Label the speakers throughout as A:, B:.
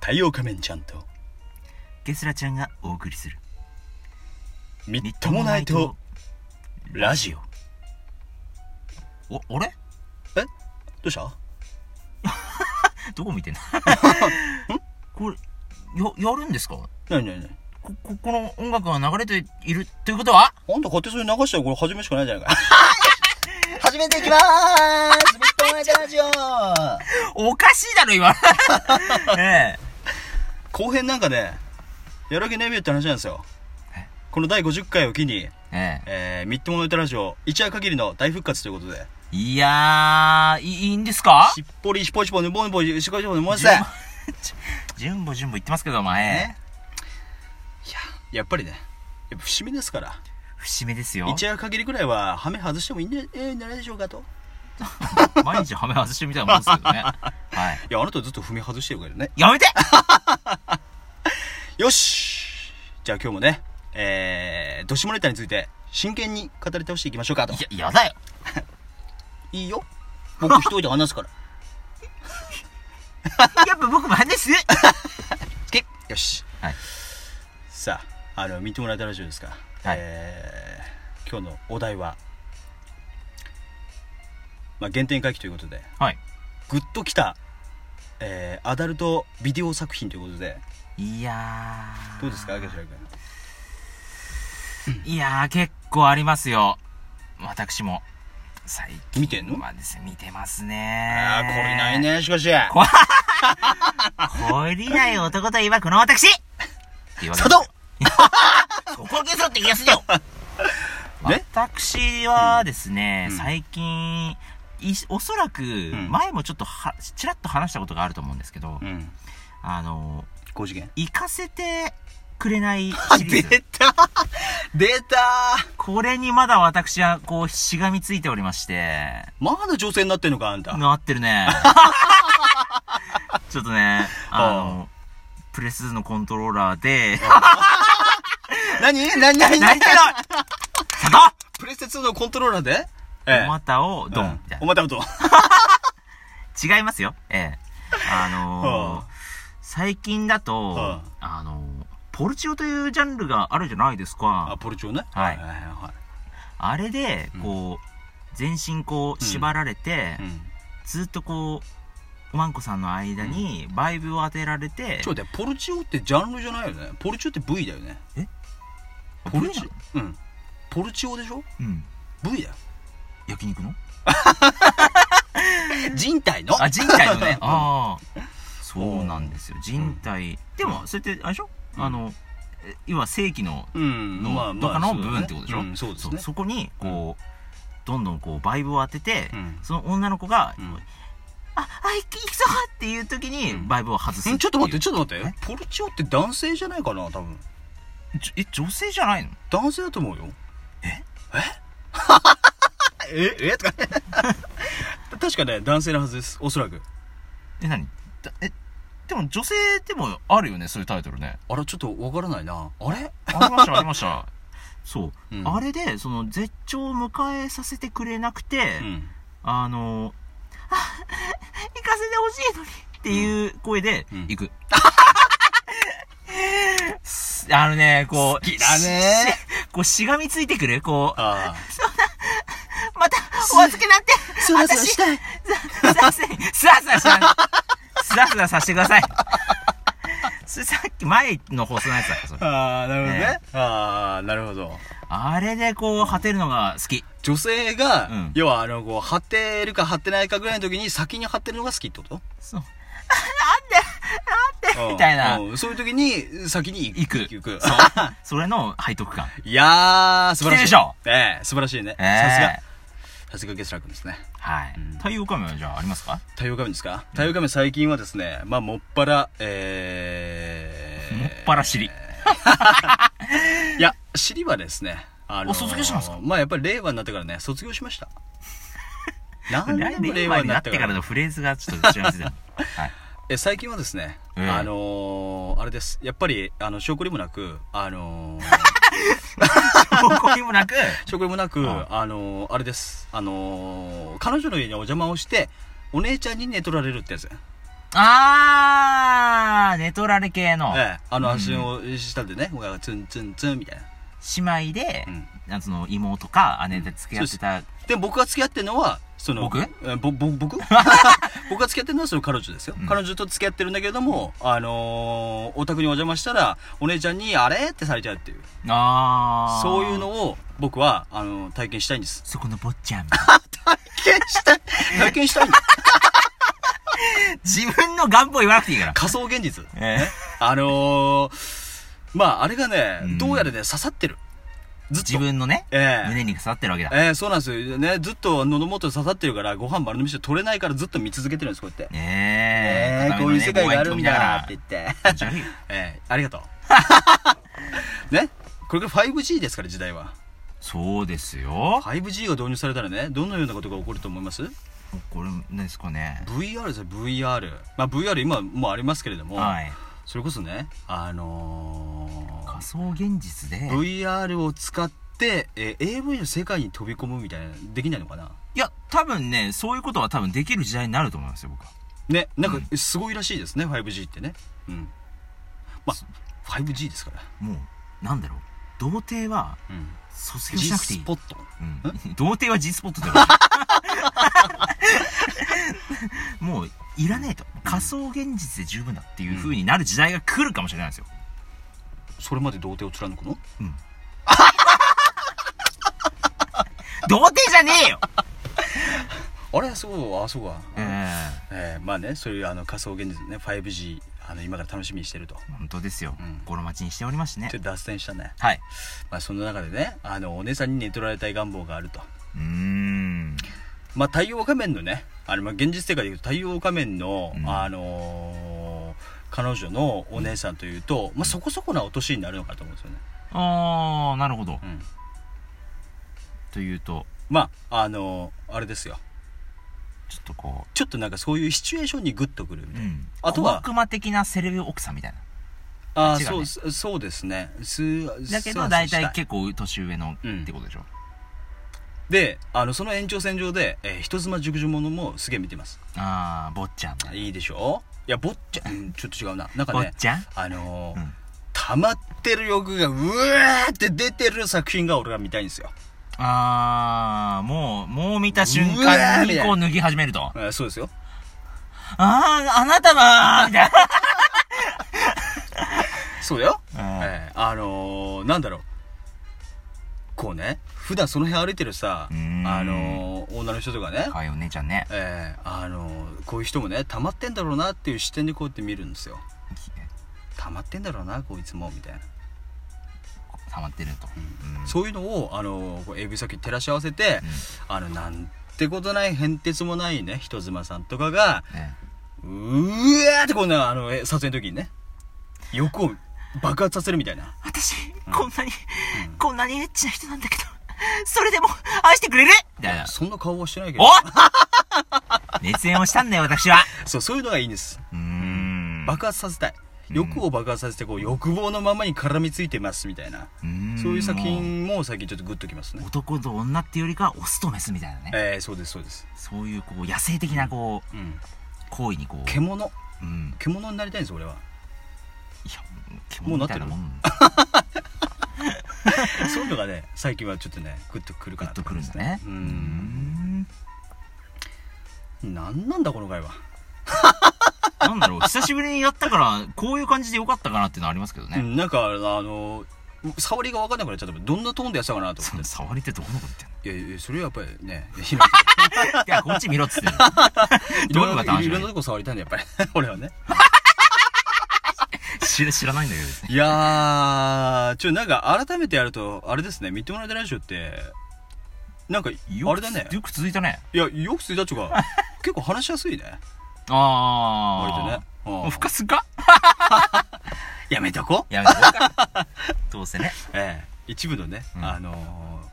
A: 太陽仮面ちゃんと
B: ゲスラちゃんがお送りする
A: みっともないとラジオ
B: オおあれ
A: えどうした
B: どこ見 てんのこれややるんですか
A: なになになに
B: こここの音楽が流れているっていうこと
A: あ
B: は
A: んた勝手にそれ流したらこれ始めしかないじゃないか
C: 始めていきまーすミッドナイトラジオ
B: おかしいだ ろ今え
A: 後編なんかねやる気ねえべよって話なんですよ
B: え
A: この第50回を機に、
B: ええ
A: えー、みっともないとラジオ一夜限りの大復活ということで
B: えいやーいいいんですか
A: しっぽりしっぽりしっぽりぬぼぬぼしっぽりしっぽりぬぼぬぼしっ
B: 順
A: ぽり
B: 番 順ぼ順ぼ言ってますけどお前
A: ねいややっぱりねやっぱ節目ですから
B: 節目ですよ
A: 一夜限りくらいはハメ外してもいいんじゃえーんじゃないでしょうかと
B: 毎日ハメ外してるみたいなもんですけどねはい
A: いやあなたずっと踏み外してるからね
B: やめて
A: よしじゃあ今日もねえー、どしもネタについて真剣に語り倒していきましょうかと
B: いやや だよ
A: いいよ僕一人で話す から
B: やっぱ僕も話す
A: けよし、
B: はい
A: さああの見てもらえたラジオですか、
B: はい
A: えー、今日のお題はまあ原点回帰ということで
B: はい
A: グッときた、えー、アダルトビデオ作品ということで
B: いやー
A: どうですか明石君
B: いやー結構ありますよ私も最近
A: 見てんの
B: はですね見てますね
A: ああこれないねしかし
B: 懲りない男といえばこの私って言われ
A: 佐
B: ます
A: 藤
B: そこを削って言いやすいよ
A: ね
B: 私はですね、
A: うん
B: 最近いおそらく
A: ん
B: 前もちょっとはちらっと話したことがあると思うんですけど、
A: うん
B: あの
A: 5次元
B: 行かせてくれないシリ
A: 出
B: ーズ
A: た出た
B: これにまだ私はこうしがみついておりまして
A: まだ女性になってんのかあんた
B: なって るねちょっとねあのプレスのコントローラ ーで
A: 何何何
B: なり
A: 何
B: たいの佐藤
A: プレステ2のコントローラーで
B: お股をドンみたい
A: お待たと
B: な。違いますよ。ええ。あのー
A: うん
B: 最近だと、あのーポルチオというジャンルがあるじゃないです
A: あ
B: か。
A: ポルチョね
B: はい
A: はいは
B: あれで、こう、全身こう縛られて
A: い、うん
B: ずっとこう、おまんこさんの間にバイブを当てられて
A: ち、ょっと待ってポルチョってジャンルじゃないよねポルチョって V だよね
B: え
A: ポルチ
B: 部位
A: ョうんポルチョでしょ
B: うん。
A: V だよ
B: 焼肉の
A: 人体の
B: あ、 人 体のね。ああ。そうなんですよ。人体。でも、それって、あれでしょ
A: うん
B: あの、え要は正規の
A: うん
B: の
A: まあまあ
B: 中の
A: そうだ
B: 部
A: ね
B: 分ってことでしょ、
A: うんそうです
B: そう
A: ね
B: そこにこう、どんどんこうバイブを当てて、
A: うん
B: その女の子が「
A: うん
B: ああ行く行くぞ!」っていう時に
A: うん
B: バイブを外す
A: うんちょっと待ってち
B: ょ
A: ょっと待ってポルチョって男性じゃないかな多分
B: え女性じゃないの
A: 男性だと思うよえ えええとかね確かね男性のはずですおそらく
B: え何だえでも女性でもあるよねそういうタイトルね
A: あれちょっとわからないなあれ
B: あり ましたありましたそう、
A: うん
B: あれでその絶頂を迎えさせてくれなくて、
A: うん
B: あのあ行かせてほしいのにっていう声で、
A: うん
B: 行く。 すあのね、こう、
A: 好きだね
B: し。こう、しがみついてくるこう、
A: あ
B: また、お預けな んて、
A: あそらそらしたい
B: すらすら、すらすらしない。すらすらさせてください。それさっき前の放送のやつだから、それ。
A: ああなるほどね
B: ね
A: ああなるほど
B: あれでこう、果てるのが好き。
A: 女性が、
B: うん
A: 要はあのこう張ってるか張ってないかぐらいの時に先に張ってるのが好きって こと
B: そう。
A: うん
B: みたいな
A: うんそういう時に先に行
B: 行
A: く
B: く
A: 行く
B: そう。それの背徳感。
A: いやー素晴らしい
B: 来てるでしょ
A: ええ素晴らしいね、
B: ええ
A: さすがさすがゲスラ君ですね
B: はい。太陽仮面はじゃあありますか
A: 太陽仮面ですか太陽仮面最近はですねまあもっぱらえー、
B: もっぱら尻。
A: いや尻はですねあ
B: お卒業したんですか
A: まあやっぱり令和になってからね卒業し ました何年
B: 来
A: も
B: 年
A: 令
B: 令
A: 和に
B: 和に
A: な
B: な
A: っ
B: ってて
A: か
B: から らのフレーズがちょっと違いますね。はい。
A: え最近はですね、
B: ええ
A: あのー、あれですやっぱりあの食料もなくあの ー、
B: 証拠にもなく、
A: 食料もなく、
B: はい
A: あのー、あれですあのー、彼女の家にお邪魔をしてお姉ちゃんに寝取られるってやつ
B: あー、ネトラレ系の、
A: ええ、あの発信をしたんでね、親がツンツンツンみたいな。
B: 姉妹で
A: う、ん
B: あその妹か姉で付き合ってた、
A: で、僕が付き合ってるのは、その、
B: 僕
A: えぼ、ぼ、 僕 僕が付き合ってるのはその彼女ですよ。
B: うん
A: 彼女と付き合ってるんだけれども、あのーお宅にお邪魔したら、お姉ちゃんに、あれってされちゃうっていう。
B: あー。
A: そういうのを、僕は、あの、体験したいんです。
B: そこの坊ちゃん。
A: 体験したい 体験したいんだ。
B: 自分の願望言わなくていいから。
A: 仮想現実。
B: えー
A: あのーまあ、あれがね、
B: うん
A: どうやらね、刺さってる。ずっと。
B: 自。分のね、
A: ええ
B: 胸に刺さってるわけだ。
A: ええそうなんですよ。ね、ずっと喉元に刺さってるから、ご飯丸飲みして取れないからずっと見続けてるんです、こうやって。
B: ねえ、
A: ええこういう世界があるんだなって言って。
B: 気持ち悪 いよ
A: ええありがと う。ね、これから 5G ですから、時代は。
B: そうですよ。
A: 5G が導入されたらね、どのようなことが起こると思います
B: これ、何ですかね。
A: ?VR ですよ、VR。まあ、VR 今もうありますけれども、
B: はい。
A: それこそね、あのー
B: 仮想現実で。
A: VR を使って、えー AV の世界に飛び込むみたいなできないのかない
B: や、多分ね、そういうことは多分できる時代になると思いますよ、僕は。
A: ねなんかすごいらしいですね、5G ってねうんまあ 5G ですから、
B: もう、なんだろう。童貞は、
A: うん、
B: 卒業
A: G
B: しなくてい
A: ス
B: い。
A: ポット
B: うん
A: ん
B: 童貞は G スポットだから。もう、 いらねえと。仮想現実で十分だっていう風になる時代が来るかもしれないですよ。
A: それまで童貞を貫くの
B: うん。童貞じゃね えよ
A: あれそうあそうか、
B: え
A: えーまあねそういうあの仮想現実ね 5G あの今から楽しみにしてると
B: え本当ですよ
A: うん。
B: 心待ちにしておりましてね
A: ちょ。っと脱線したね、
B: はい。
A: まあ、その中でねあのお姉さんに寝取られたい願望があると
B: うーん。
A: まあ、太陽仮面のね、あれ、まあ、現実世界でいうと、太陽仮面の、
B: うん
A: あのー彼女のお姉さんというと、まあ、そこそこなお年になるのかと思うんですよね。
B: あー、なるほど
A: う。ん。
B: というと、
A: まあ、あのーあれですよ。
B: ちょっとこ
A: ちょっとなんかそういうシチュエーションにグッとくるみ
B: う、
A: た
B: う
A: いな。
B: ん。
A: あとは
B: 小悪魔的なセレブ奥さんみたいな。
A: ああ、
B: 違う
A: そう、
B: ね
A: そそうですね。す
B: だけ
A: そ
B: ど、
A: うそう
B: 大体
A: したい
B: 結構年上の
A: うん
B: ってことでしょ。
A: で、あの、その延長線上で、えー人妻熟女ものもすげえ見てます。
B: ああ、坊ちゃん。
A: いいでしょいや、ぼっちゃん、うんちょっと違うな。なんか
B: 坊
A: ね、
B: ちゃん
A: あのー
B: うん
A: 溜まってる欲がうわーって出てる作品が俺は見たいんですよ。
B: あー、もう、もう見た瞬
A: うわー
B: 間
A: み
B: に
A: たい
B: こ
A: な
B: う脱ぎ始めると。あ
A: えーそうですよ。
B: ー、あなたはみたい
A: そうだよ。
B: な。うん
A: えーあのー、なんだろう。こうね、普段その辺歩いてるさ、
B: うーん
A: あのー、女の人とかね、
B: 可愛いお姉ちゃんね。
A: えーあのー、こういう人もね、溜まってんだろうなっていう視点でこうやって見るんですよ。溜まってんだろうな、こいつも、みたいな。
B: 溜まってると。うん
A: そういうのを、あのー、こう AV 先に照らし合わせて、あの、なんてことない、変哲もないね、人妻さんとかが、
B: うんね
A: うーわーってこんな、あの、え撮影の時にね、欲を爆発させるみたいな。
B: 私、こんなに、こんなにエッチな人なんだけど、それでも愛してくれるみたいな。
A: そんな顔はしてないけど
B: お。 熱演をしたんだよ、私は。
A: そう、そういうのがいいんです。
B: うーん
A: 爆発させたい。
B: うん
A: 欲を爆発させて、こう、欲望のままに絡みついてます、みたいな。そういう作。品も最近ちょっとグッときます
B: もう
A: ね。
B: 男と女っていうよりかは、オスとメスみたいなね。
A: えー、そうです、そうです。
B: そういう、こう、野生的な、こう、
A: うん。
B: 行為にこう。
A: 獣。
B: うん。
A: 獣になりたいんです、俺は。
B: いや、獣みたいなもん。
A: そういうのがね、最近はちょっとね、グッとくる
B: グ
A: か
B: ッ
A: な
B: と
A: と
B: く
A: 思いま
B: るん
A: す
B: だね。
A: う
B: うー
A: ん。
B: ん。
A: なんなんだ、この回は。
B: なんだろう、久しぶりにやったから、こういう感じでよかったかなっていうのはありますけど
A: う
B: ね。
A: ん、なんか、あの、触りが分かんなくなっちゃった。どんなトーンでやってたかなと
B: そ
A: 思
B: の
A: っ
B: 触りってどこのこと言ってん
A: て。い
B: の
A: やいや、それはやっぱり ね、
B: いや、こっち見ろっつってんの。
A: い
B: どう
A: ろ
B: い
A: んなと
B: うこと
A: こ
B: が
A: いろん
B: 楽
A: なとこ触りたいんだ、やっぱり。 俺はね。
B: しい知らないんだけどですね。
A: いやー、ちょ、なんか改めてやると、あれですね、見てもらえたラジオって、なんか、あれだね。
B: よく続いたね。
A: いや、よくついたっちゅう か、結構話しやすいね。割とね
B: あ。
A: うん
B: あ。深すか
A: やめとこ
B: やめてか。どうせね、
A: ええ一部のね、
B: うん
A: あのー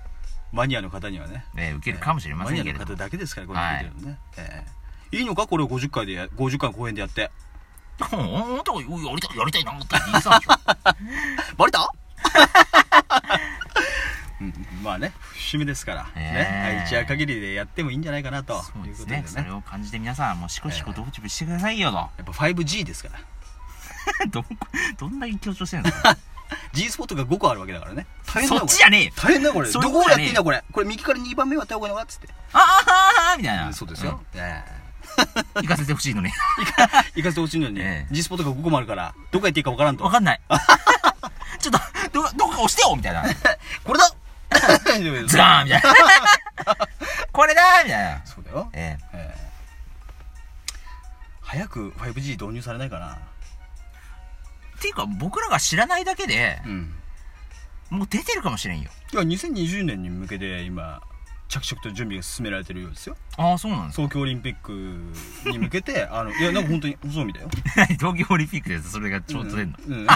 A: マニアの方にはね。
B: えー受けるかもしれませんけれ
A: マニアの方
B: ども。
A: だけですから、これ聞いてるのね。ええいいのかこれを50回でや、50回公演でやって。
B: うん、とやりたい、やりたいなって言ってたんでしょ。
A: バレた うんまあね節目ですから、
B: え
A: ね、
B: え
A: 一夜限りでやってもいいんじゃないかなと
B: そう
A: いう
B: で
A: こ
B: す
A: とで
B: ね
A: ね
B: それを感じて皆さんもシコシコ
A: ええ
B: ドブチブしてくださいよ と、
A: やっぱ 5G ですから
B: どんどんだけ強調してるんですか
A: G スポットが5個あるわけだからね大変だよ
B: そっ
A: これ
B: ちじゃねえよ
A: 大変だよこれ
B: そ
A: ど
B: っちじ
A: こをやっ
B: ゃねえ
A: ていいんだこれこれ右から2番目割った方がいいのかっつって
B: ああみたいな
A: そうですよ、ええ
B: うん行かせてほしいの に
A: 行かせてほしいのに、
B: ええ
A: G スポットが5個もあるからどこ行っていいか分からんと
B: わかん ないちょっとどどこか押してよみたいな
A: こ れだ
B: ズラーンみたい なこれだーみたいな
A: そうだよ、
B: ええ
A: ええ早く 5G 導入されないかな
B: っていうか僕らが知らないだけで
A: うん
B: もう出てるかもしれんよ
A: いや2020年に向けて今着々と準備が進められてるようですよ
B: ああそうなんですか
A: 東京オリンピックに向け てあのいやなんか本当にそうみたいよ
B: 東京オリンピックでそれがちょうど出るの、
A: うん、うん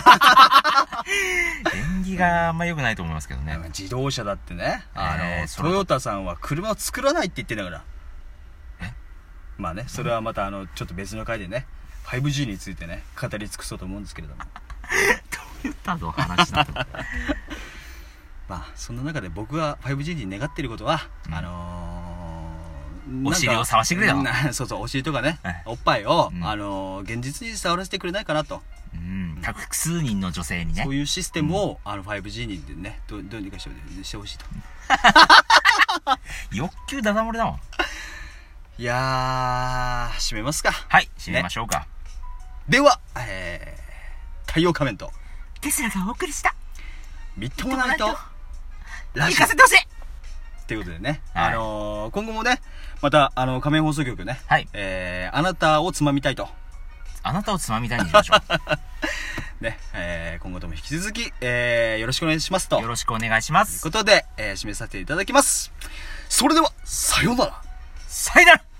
B: 縁起があんま良くないと思いますけどね、
A: 自動車だってねあの、
B: えーそ
A: ト
B: れ
A: ヨタさんは車を作らないって言ってんだからまあねそれはまたあのちょっと別の回でね 5G についてね語り尽くそうと思うんですけれども
B: トヨタの話だと
A: まあそんな中で僕が 5G に願っていることは、
B: うん
A: あのーなんか
B: お尻を触してくれよ
A: な そうそうお尻とかね、
B: はい
A: おっぱいを、
B: うん
A: あのー現実に触らせてくれないかなと、
B: うんたく数人の女性にね
A: そういうシステムを、あの 5G にでねどどうにかしてしてほしいと
B: 欲求ダダ漏れだもん
A: いやー締めますか
B: はい締めましょうか、
A: では、えー、太陽仮面と
B: テスラがお送りした
A: みっともないと
B: みっとも
A: ラ
B: 行
A: ジオ
B: かせてほしい
A: ということでね、
B: はい
A: あのー今後もねまたあの仮面放送局ね、
B: はい
A: えーあなたをつまみたいと
B: あなたをつまみたいにし ましょ
A: ね、えー今後とも引き続き、えーよろしくお願いしますと。
B: うよろしくお願いしま
A: という
B: す
A: ことで、えー締めさせていただきます。それでは、さようなら。
B: さよなら